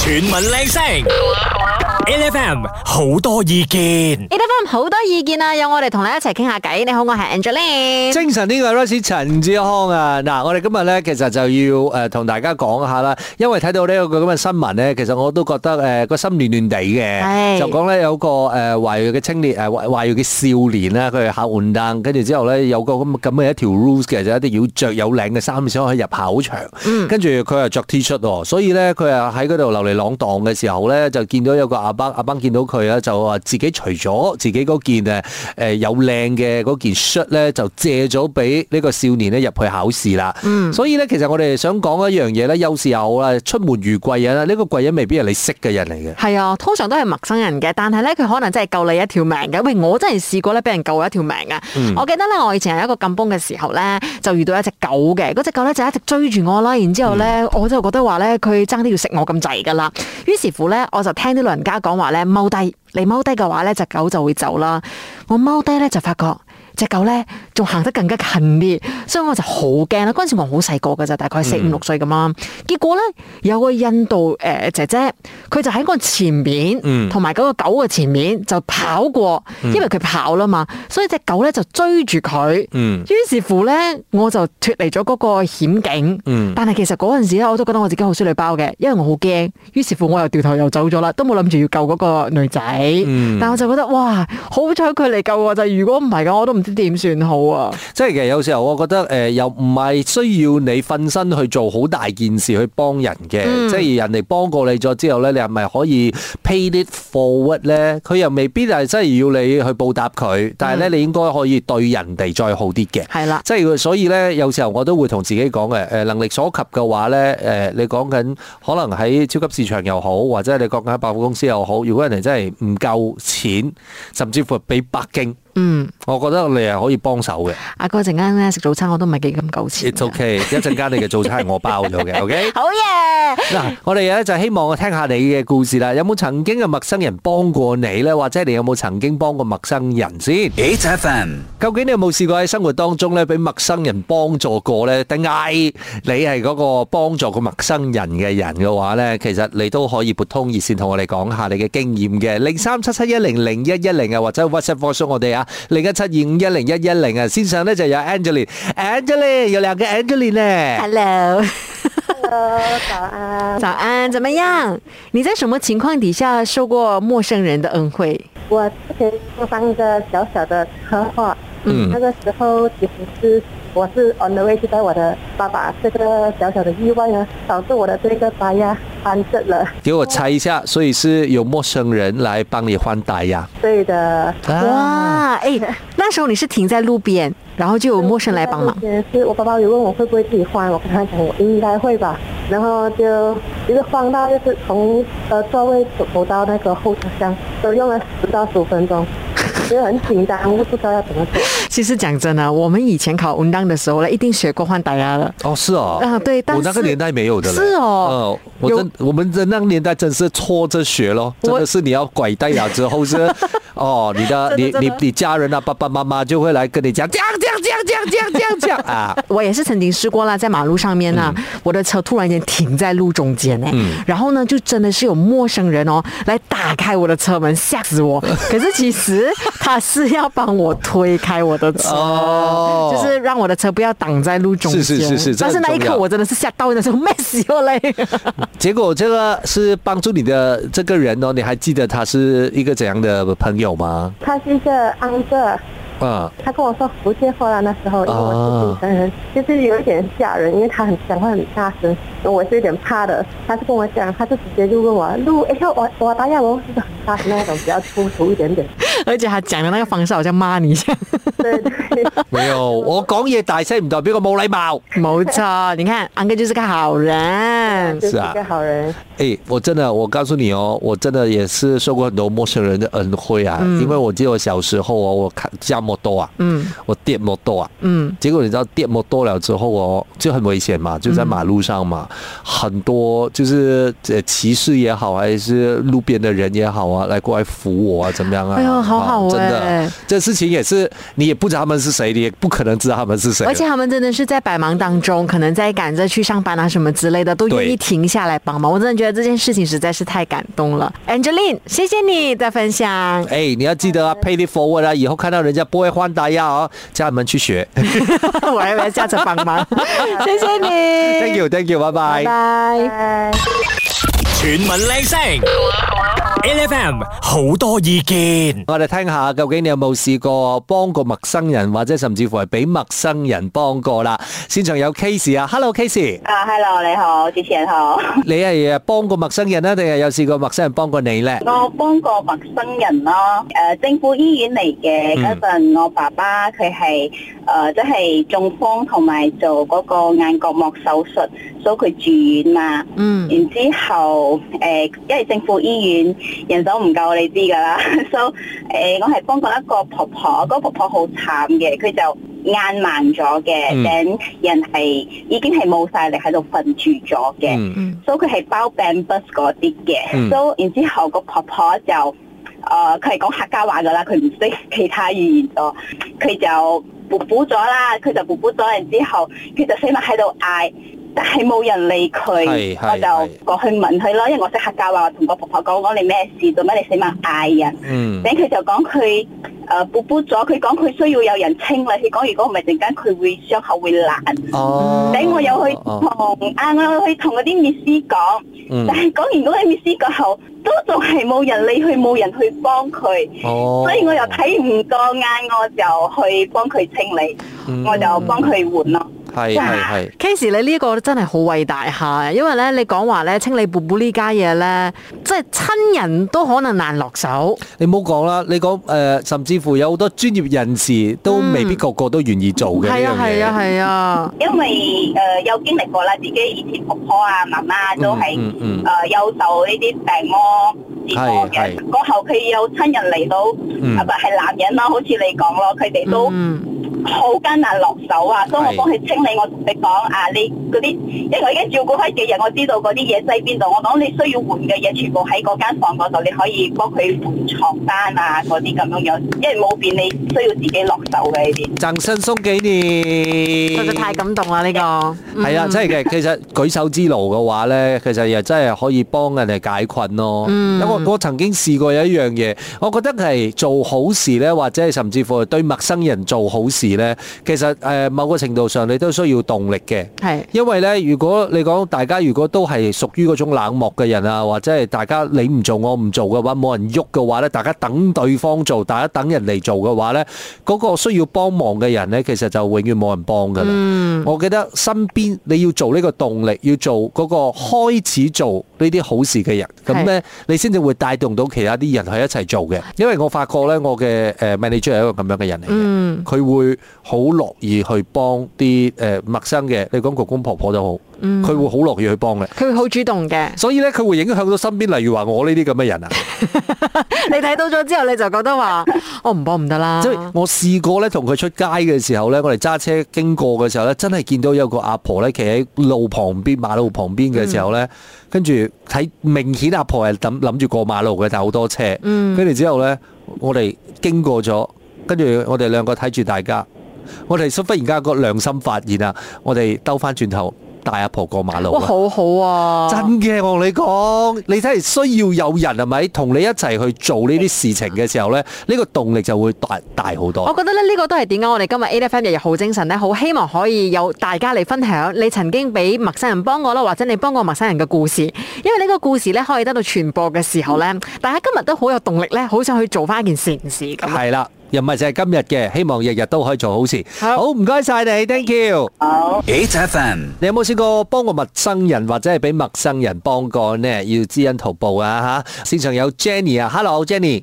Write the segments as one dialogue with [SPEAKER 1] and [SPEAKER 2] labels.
[SPEAKER 1] 全民靚聲，LFM 好多意見。
[SPEAKER 2] A. F. M. 好多意見啊，有我哋同你一齊傾下偈。你好，我係 Angeline。
[SPEAKER 3] 精神呢個 Royce 陳志康啊，嗱，我哋今日咧其實就要誒呃同大家講下啦，因為睇到呢個咁嘅新聞咧，其實我都覺得誒呃個心亂亂地
[SPEAKER 2] 係
[SPEAKER 3] 嘅，就講咧有個誒華裔嘅青年誒華華裔嘅少年啦，佢係考換燈，跟住之後咧有個咁咁嘅一條 rules 嘅，就一定要着有領嘅衫先可以入考場，跟住佢又着 T 恤喎，所以咧佢啊喺嗰度流離浪蕩嘅時候咧，就見到有個阿伯，阿伯見到佢啊，就話自己除咗自己嗰件誒誒有領嘅嗰件 shirt 咧，就借咗俾呢個少年咧入去考試啦。所以咧，其實我哋想講一樣嘢咧，有時候啊，出門遇貴人啦，呢個貴人未必係你識嘅人嚟嘅。
[SPEAKER 2] 係啊，通常都係陌生人嘅，但係咧佢可能真係救你一條命嘅。喂，我真係試過咧，俾人救一條命啊！我記得咧，我以前喺一個禁崩嘅時候咧，就遇到一隻狗嘅，嗰隻狗咧就一直追住我啦。然之後咧，我就覺得話咧，佢爭啲要食我咁滯㗎啦。於是乎咧，我就聽啲老人家講話咧，踎低，你踎低嘅話咧，隻狗就會走啦。我踎低咧就發覺。只狗咧仲行得更加近啲，所以我就好驚啦。嗰陣時我好細個㗎咋，大概四五六歲咁啦。結果咧有個印度誒、呃姐姐，佢就喺我前面，同埋嗰個狗嘅前面就跑過，因為佢跑啦嘛，所以隻狗咧就追住佢。
[SPEAKER 3] 嗯
[SPEAKER 2] 於是乎咧，我就脱離咗嗰個險境。
[SPEAKER 3] 嗯
[SPEAKER 2] 但係其實嗰陣時咧，我都覺得我自己好衰女包嘅，因為我好驚。於是乎，我又掉頭又走咗啦，都冇諗住要救嗰個女仔。
[SPEAKER 3] 嗯
[SPEAKER 2] 但我就覺得哇，好彩佢嚟救我就，如果唔係嘅，我都唔知點算好 啊。
[SPEAKER 3] 即係其實有時候我覺得誒、呃又唔係需要你瞓身去做好大件事去幫人嘅，即係人哋幫過你咗之後咧，你係咪可以 pay it forward 咧？佢又未必係真係要你去報答佢，但係咧、你應該可以對人哋再好啲嘅。
[SPEAKER 2] 係啦，
[SPEAKER 3] 即係所以咧，有時候我都會同自己講嘅，誒能力所及嘅話咧，誒、你講緊可能喺超級市場又好，或者你講緊喺百貨公司又好，如果人哋真係唔夠錢，甚至乎俾北京，
[SPEAKER 2] 嗯，
[SPEAKER 3] 我覺得你係可以幫手嘅。
[SPEAKER 2] 阿哥陣間咧食早餐我都唔係幾咁夠 錢
[SPEAKER 3] It's
[SPEAKER 2] 㗎。。
[SPEAKER 3] okay，一陣間你嘅早餐係我包咗嘅，OK
[SPEAKER 2] 好嘢！
[SPEAKER 3] 嗱，我哋咧就希望我聽下你嘅故事啦。有冇曾經嘅陌生人幫過你呢？或者你有冇曾經幫過陌生人先？
[SPEAKER 1] HFM
[SPEAKER 3] 究竟你有冇試過喺生活當中咧，俾陌生人幫助過呢？定嗌你係嗰個幫助過陌生人嘅人嘅話呢？其實你都可以撥通熱線同我哋講下你嘅經驗嘅，零三七七一零零一一零啊，或者 WhatsApp 放鬆我哋啊，零一七二五一零一一零啊。線上呢就有 Angeline，Angeline 有兩個 Angeline 呢。
[SPEAKER 2] Hello，
[SPEAKER 4] Hello，早安。
[SPEAKER 2] 早安，怎麼樣？你在什麼情況底下受過陌生人的恩惠？
[SPEAKER 4] 我之前就上一个小小的车祸，嗯，那个时候其实是我是 on the way 去带我的爸爸，这个小小的意外呢，导致我的这个白牙翻正了。
[SPEAKER 3] 给我猜一下，所以是有陌生人来帮你换代呀？
[SPEAKER 4] 对的，
[SPEAKER 2] 哇，哎、那时候你是停在路邊，然后就有陌生人來幫忙。
[SPEAKER 4] 也是我爸爸有问我会不会自己换，我跟他讲我应该会吧，然后就一直晃到就是从呃座位走到那个后车厢，都用了十到十五分钟，就很紧张，我不知道要怎么做。
[SPEAKER 2] 其实讲真的，我们以前考文档的时候呢，一定学过换打压了。
[SPEAKER 3] 哦，是哦，
[SPEAKER 2] 啊对但
[SPEAKER 3] 我那个
[SPEAKER 2] 是
[SPEAKER 3] 年代没有的嘞，
[SPEAKER 2] 是哦
[SPEAKER 3] 嗯，我
[SPEAKER 2] 有
[SPEAKER 3] 真我们的那个年代真是搓着学咯，真
[SPEAKER 2] 我
[SPEAKER 3] 的是你要拐带了之 后是，哦，你的你
[SPEAKER 2] 真的
[SPEAKER 3] 你
[SPEAKER 2] 真的
[SPEAKER 3] 你家人啊，爸爸妈妈就会来跟你讲，这样这样这样这样这样这样这样 啊，
[SPEAKER 2] 我也是曾经试过啦，在马路上面呢，
[SPEAKER 3] 嗯
[SPEAKER 2] 我的车突然间停在路中间呢，然后呢，就真的是有陌生人哦来打开我的车门，吓死 我。可是其实他是要帮我推开我的车，
[SPEAKER 3] 哦
[SPEAKER 2] 就是让我的车不要挡在路中间。
[SPEAKER 3] 是是是是这
[SPEAKER 2] 但
[SPEAKER 3] 很
[SPEAKER 2] 是那一
[SPEAKER 3] 重
[SPEAKER 2] 刻
[SPEAKER 3] 要
[SPEAKER 2] 我真的是吓到，那时候 咩事哦嘞？
[SPEAKER 3] 结果这个是帮助你的这个人哦，你还记得他是一个怎样的朋友吗？
[SPEAKER 4] 他是一个安哥，
[SPEAKER 3] 啊，
[SPEAKER 4] 他跟我说福建话啦，那时候因为我是新城人，就是有一点吓人，因为他很讲话很大声，我是有点怕的。他就跟我讲，他就直接就问我路，哎呀，我我打亚我是很大声那种，比较粗俗一点点。
[SPEAKER 2] 而且他讲的那个方式好像骂你一样。
[SPEAKER 4] 对对，
[SPEAKER 3] 没有，我讲嘢大声唔代表我冇礼貌。
[SPEAKER 2] 冇錯，你看安哥就是個好人。
[SPEAKER 4] 就是是
[SPEAKER 3] 啊
[SPEAKER 4] 一个好人。
[SPEAKER 3] 哎，我真的，我告诉你哦，我真的也是受过很多陌生人的恩惠啊。因为我记得我小时候哦，我看驾摩托啊，
[SPEAKER 2] 嗯
[SPEAKER 3] 我跌摩托啊，
[SPEAKER 2] 嗯，
[SPEAKER 3] 结果你知道跌摩托了之后哦，就很危险嘛，就在马路上嘛，
[SPEAKER 2] 嗯
[SPEAKER 3] 很多就是呃骑士也好，还是路边的人也好啊，来过来扶我啊，怎么样啊？
[SPEAKER 2] 哎呦，好好好
[SPEAKER 3] 哦真
[SPEAKER 2] 哎
[SPEAKER 3] 的，这事情也是你也不知道他们是谁，你也不可能知道他们是谁。
[SPEAKER 2] 而且他们真的是在百忙当中，可能在赶着去上班啊什么之类的，都愿意
[SPEAKER 3] 对
[SPEAKER 2] 停下来帮忙。我真的觉得这件事情实在是太感动了，Angeline，谢谢你的分 享。
[SPEAKER 3] 哎、你要记得啊，pay it forward 啊，以后看到人家不会换打呀哦，叫他们去学。
[SPEAKER 2] 我还以为下次帮 忙，谢谢你
[SPEAKER 3] thank you，thank you，拜拜
[SPEAKER 2] 拜。拜。
[SPEAKER 1] 全民靚聲，L F M 好多意見，
[SPEAKER 3] 我哋聽下，究竟你有冇試過幫過陌生人，或者甚至乎係俾陌生人幫過啦？現場有 Case 啊，Hello Case，
[SPEAKER 5] 啊，hello，你好，主持人好。
[SPEAKER 3] 你係幫過陌生人咧，定係有試過陌生人幫過你呢？
[SPEAKER 5] 我幫過陌生人咯，誒、政府醫院嚟嘅
[SPEAKER 3] 嗯
[SPEAKER 5] 嗰陣，我爸爸佢係誒即係中風同埋做嗰個眼角膜手術，所以佢住院嘛。
[SPEAKER 2] 嗯
[SPEAKER 5] 然之後誒、因為政府醫院人手唔夠，你知㗎啦， 所以誒、我係幫過一個婆婆，嗰、個婆婆好慘嘅，佢就眼盲咗嘅，
[SPEAKER 3] 嗯
[SPEAKER 5] 頂、人係已經係冇晒力喺度瞓住咗嘅。
[SPEAKER 3] 嗯
[SPEAKER 2] 嗯
[SPEAKER 5] 所以佢係包 band bus 嗰啲
[SPEAKER 3] 嗯
[SPEAKER 5] 嘅，所以然之後個婆婆就誒佢係講客家話噶啦，佢唔識其他語言咯，佢就補補咗啦，佢就補補咗，然之後佢就死埋喺度嗌。但係冇人理佢，
[SPEAKER 3] 係係
[SPEAKER 5] 我就過去問佢咯，因為我識客家話，我同個婆婆講：講你咩事，做咩你死埋嗌人？
[SPEAKER 3] 嗯
[SPEAKER 5] 等佢就講佢誒補補咗，佢講佢需要有人清理，佢講如果唔係陣間佢會傷口會爛。
[SPEAKER 3] 哦
[SPEAKER 5] 等我有去
[SPEAKER 3] 哦
[SPEAKER 5] 同啊，我有去同嗰啲 miss 講，
[SPEAKER 3] 嗯
[SPEAKER 5] 但係講完嗰啲 miss 過後，都仲係冇人理佢，冇人去幫佢，
[SPEAKER 3] 哦
[SPEAKER 5] 所以我又睇唔過眼，我就去幫佢清理，
[SPEAKER 3] 嗯
[SPEAKER 5] 我就幫佢換咯。
[SPEAKER 3] 係係係。
[SPEAKER 2] Case 你呢個真係好偉大下，因為咧你講話咧清理布布呢家嘢咧，即係親人都可能難落手。
[SPEAKER 3] 你唔好講啦，你講誒、呃甚至乎有好多專業人士都未必個個都願意做嘅呢
[SPEAKER 2] 係
[SPEAKER 3] 樣
[SPEAKER 2] 啊係啊
[SPEAKER 3] 嘢。
[SPEAKER 2] 係啊，
[SPEAKER 5] 因為誒、呃有經歷過啦，自己以前婆婆啊、媽媽都係誒、
[SPEAKER 3] 嗯嗯嗯
[SPEAKER 5] 呃有受呢啲病魔折磨
[SPEAKER 3] 係
[SPEAKER 5] 嘅。過後佢有親人嚟到，
[SPEAKER 3] 嗯
[SPEAKER 5] 啊唔係男人啦，好似你講咯，佢哋都。
[SPEAKER 2] 嗯
[SPEAKER 5] 好艱難落手啊，所以我
[SPEAKER 3] 係
[SPEAKER 5] 幫佢清理，我同你講啊，你嗰啲，因為我已經照顧開幾日，我知道嗰啲嘢喺邊度，我講你需要換嘅嘢全部喺嗰間房嗰度，你可以幫佢換床單啊嗰啲咁樣樣，因為冇變你需要自己落手嘅呢啲。
[SPEAKER 3] 贈新鬆幾年，
[SPEAKER 2] 實在太感動啦呢個。嗯
[SPEAKER 3] 係啊，真係嘅。其實舉手之勞嘅話咧，其實又真係可以幫人哋解困咯。
[SPEAKER 2] 嗯
[SPEAKER 3] 因為我我曾經試過有一樣嘢，我覺得係做好事咧，或者係甚至乎對陌生人做好事咧，其實誒、呃某個程度上你都需要動力嘅。
[SPEAKER 2] 係
[SPEAKER 3] 因為咧，如果你講大家如果都係屬於嗰種冷漠嘅人啊，或者係大家你唔做我唔做嘅話，冇人喐嘅話咧，大家等對方做，大家等人嚟做嘅話咧，嗰、個需要幫忙嘅人咧，其實就永遠冇人幫噶啦。
[SPEAKER 2] 嗯
[SPEAKER 3] 我記得身邊你要做呢個動力，要做嗰個開始做呢啲好事嘅人，咁咧你先至會帶動到其他啲人去一齊做嘅。因為我發覺咧，我嘅誒 manager 係一個咁樣嘅人嚟嘅。
[SPEAKER 2] 嗯。
[SPEAKER 3] 佢會好樂意去幫啲誒陌生嘅，你講公公婆婆都好，佢、會好樂意去幫嘅。
[SPEAKER 2] 佢會好主動 嘅，
[SPEAKER 3] 所以咧，佢會影響到身邊，例如話我呢啲咁嘅人啊，
[SPEAKER 2] 你睇到咗之後你就覺得話 我唔幫唔得啦
[SPEAKER 3] 即。係我試過咧，同佢出街嘅時候咧，我哋揸車經過嘅時候咧，真係見到有個阿婆咧，企喺路旁邊、馬路旁邊嘅時候
[SPEAKER 2] 嗯
[SPEAKER 3] 咧，跟住睇明顯阿婆係諗諗住過馬路嘅，但係好多車，
[SPEAKER 2] 嗯
[SPEAKER 3] 跟住之後咧，我哋經過咗，跟住我哋兩個睇住大家，我哋忽然間個良心發現啊！我哋兜翻轉頭帶阿婆過馬路
[SPEAKER 2] 哇，
[SPEAKER 3] 啊！
[SPEAKER 2] 好好啊！
[SPEAKER 3] 真嘅，我同你講，你真係需要有人係咪同你一齊去做呢啲事情嘅時候呢，呢、個動力就會大大好
[SPEAKER 2] 我
[SPEAKER 3] 多。
[SPEAKER 2] 覺得咧，呢個都係點解啊我哋今日 A F M 日日好精神咧，好希望可以有大家嚟分享你曾經俾陌生人幫過啦，或者你幫過陌生人嘅故事。因為呢個故事咧可以得到傳播嘅時候咧，
[SPEAKER 3] 嗯
[SPEAKER 2] 大家今日都好有動力咧，好想去做翻一件善事咁。
[SPEAKER 3] 係啦，又唔係就係今日嘅，希望日日都可以做好事。
[SPEAKER 2] 好
[SPEAKER 3] 好，唔該晒你，thank you。
[SPEAKER 5] 好。
[SPEAKER 3] 哦你有冇試過幫過陌生人或者係俾陌生人幫過呢？要知恩圖報啊嚇！線上有 Jenny 啊，Hello Jenny，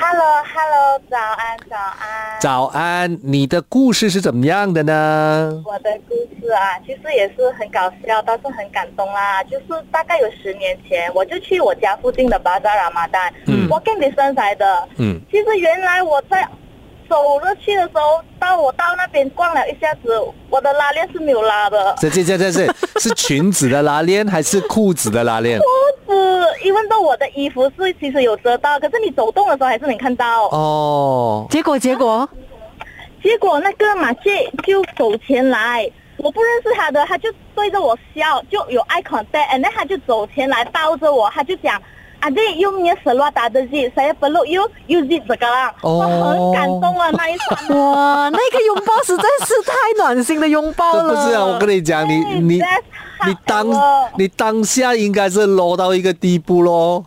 [SPEAKER 5] Hello，Hello，早安，早安。
[SPEAKER 3] 早安，你的故事是怎麼樣的呢？
[SPEAKER 5] 我的故事啊，其实也是很搞笑，但是很感动啦。就是大概有十年前，我就去我家附近的巴扎拉马丹，
[SPEAKER 3] 嗯
[SPEAKER 5] 我跟你生来的。
[SPEAKER 3] 嗯
[SPEAKER 5] 其实原来我在走着去的时候，到我到那边逛了一下子，我的拉链是没有拉的，
[SPEAKER 3] 这这这这是是裙子的拉链还是裤子的拉链？
[SPEAKER 5] 裤子一问到我的衣服是其实有遮到，可是你走动的时候还是能看到。
[SPEAKER 3] 哦，
[SPEAKER 2] 结果结果，
[SPEAKER 5] 结果那个马雀就走前来，我不认识他的，他就对着我笑，就有 eye contact，and then 他就走前来抱着我，他就讲。啊，这用你的手拉打的字，谁不录又又记这个啦？
[SPEAKER 3] 哦
[SPEAKER 5] 我很感动啊，那一刹那。
[SPEAKER 2] 哇，那个拥抱实在是太暖心的拥 抱
[SPEAKER 3] 这
[SPEAKER 2] 了。
[SPEAKER 3] 不是啊！我跟你讲，你你
[SPEAKER 5] 哎
[SPEAKER 3] 你当
[SPEAKER 5] 了
[SPEAKER 3] 你当下应该是 low 到一个地步咯。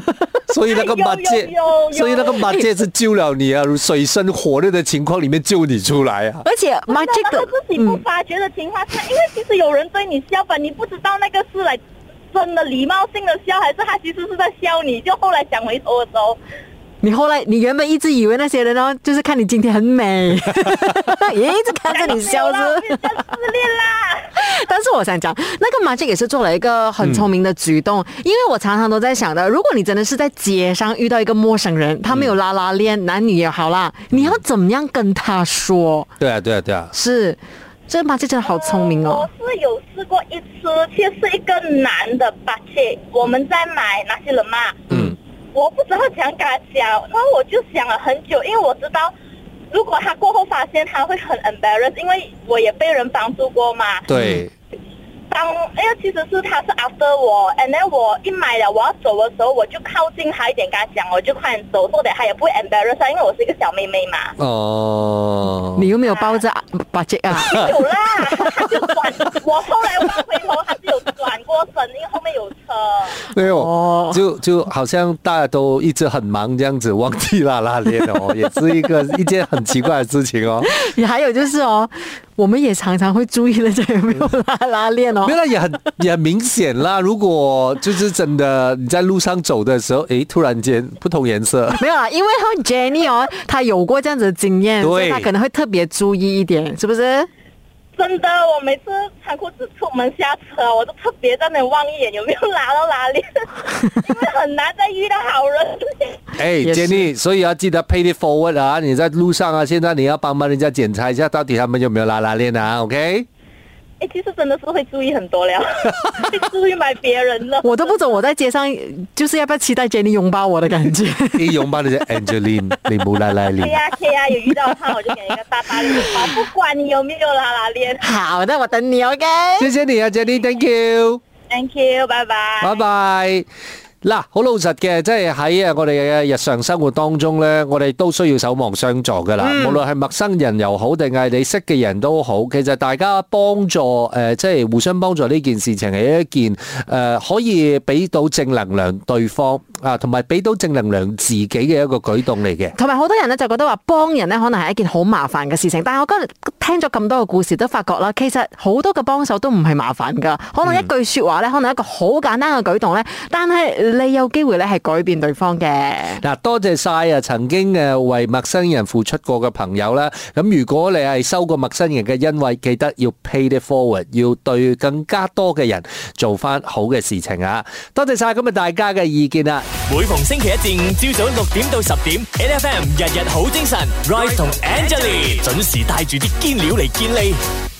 [SPEAKER 3] 所以那个
[SPEAKER 5] 有
[SPEAKER 3] 马戒
[SPEAKER 5] 有有，
[SPEAKER 3] 所以那个马戒是救了你啊！水深火热的情况里面救你出来啊！
[SPEAKER 2] 而且 magic
[SPEAKER 5] 那
[SPEAKER 2] 的
[SPEAKER 5] 个自己不发觉的情况下，因为其实有人对你笑吧，你不知道那个是来真的礼貌性的笑，还是他其实是在笑你。就后来想回头的时候，
[SPEAKER 2] 你后来，你原本一直以为那些人哦，就是看你今天很 美，也一直看着你笑
[SPEAKER 5] 没有啦
[SPEAKER 2] 着。
[SPEAKER 5] 变成自恋啦。
[SPEAKER 2] 但是我想讲，那个马 a 也是做了一个很聪明的举动，因为我常常都在想的，如果你真的是在街上遇到一个陌生人，他没有拉拉链，男女也好啦，
[SPEAKER 5] 嗯
[SPEAKER 2] 你要怎么样跟他说？
[SPEAKER 3] 对啊，对啊，对啊！
[SPEAKER 2] 是，这个马 a 真的 好聪明哦。
[SPEAKER 5] 我是有试过一次，却是一个男的把切，我们在买那些人嘛，
[SPEAKER 3] 嗯，
[SPEAKER 5] 我不知道怎样跟他讲，然后我就想了很久，因为我知道。如果他过后发现，他会很 embarrass，因为我也被人帮助过嘛。
[SPEAKER 3] 对，
[SPEAKER 5] 当因为其实是他是 after 我，and then 我一买了我要走的时候，我就靠近他一点，跟他讲，我就快点走，或者他也不会 embarrass，啊因为我是一个小妹妹嘛。
[SPEAKER 3] 哦，
[SPEAKER 2] 你有没有抱着马 a 啊？
[SPEAKER 5] 有啦， 他就转，我后来我回头，他是有转过身，因为后面有车。
[SPEAKER 3] 没
[SPEAKER 2] 哦
[SPEAKER 3] 有，就就好像大家都一直很忙这样子，忘记拉拉链哦，也是一个 一件很奇怪的事情哦。
[SPEAKER 2] 也还有就是哦，我们也常常会注意人家有没有拉拉链哦
[SPEAKER 3] 没。有啦，也很也很明显啦。如果就是真的你在路上走的时候，诶，突然间不同 颜色，
[SPEAKER 2] 没有啦，啊因为他 Jenny 哦，她有过这样子的经验，
[SPEAKER 3] 对
[SPEAKER 2] 所以她可能会特别注意一点，是不是？
[SPEAKER 5] 真的，我每次穿裤子出门下车，我都特别在那里望一眼有没有拉到拉链， 因为很难再遇到好人。
[SPEAKER 3] 哎
[SPEAKER 2] 也是
[SPEAKER 3] ，Jenny，所以要记得 pay it forward 啊！你在路上啊，现在你要帮帮人家检查一下，到底他们有没有拉拉链啊？OK？
[SPEAKER 5] 哎，其实真的是会注意很多了， 会注意买别人了。
[SPEAKER 2] 我都不懂我在街上就是要不要期待 Jenny 拥抱我的感 觉。
[SPEAKER 3] 一拥抱人家 Angeline，你冇拉
[SPEAKER 2] 哎
[SPEAKER 3] 拉
[SPEAKER 5] 对
[SPEAKER 3] 链。
[SPEAKER 5] 哎呀对呀，有遇到他我就给一个大大的拥抱，不管你有没有拉拉链。
[SPEAKER 2] 好的，我等你，OK。
[SPEAKER 3] 谢谢你啊，Jenny，thank you。
[SPEAKER 5] Thank you，拜拜。
[SPEAKER 3] 拜拜。嗱，好老實嘅，即係喺啊我哋嘅日常生活當中呢，我哋都需要守望相助噶啦。無論係陌生人又好，定係你識嘅人都好，其實大家幫助誒、呃即係互相幫助呢件事情係一件誒、呃可以俾到正能量對方啊，同埋俾到正能量自己嘅一個舉動嚟嘅。
[SPEAKER 2] 同埋好多人咧就覺得話幫人咧可能係一件好麻煩嘅事情，但係我今日聽咗咁多嘅故事都發覺啦，其實好多嘅幫手都唔係麻煩噶，可能一句説話咧，可能一個好簡單嘅舉動咧，但係你有機會咧係改變對方嘅。
[SPEAKER 3] 嗱，多謝晒啊！曾經誒為陌生人付出過嘅朋友啦，咁如果你係收過陌生人嘅恩惠，記得要 pay it forward，要對更加多嘅人做翻好嘅事情啊！多謝晒今日大家嘅意見啊！
[SPEAKER 1] 每逢星期一至五朝早六點到十點，N F M 日日好精神，Rise 同 Angelie 準時帶住啲堅料嚟健利。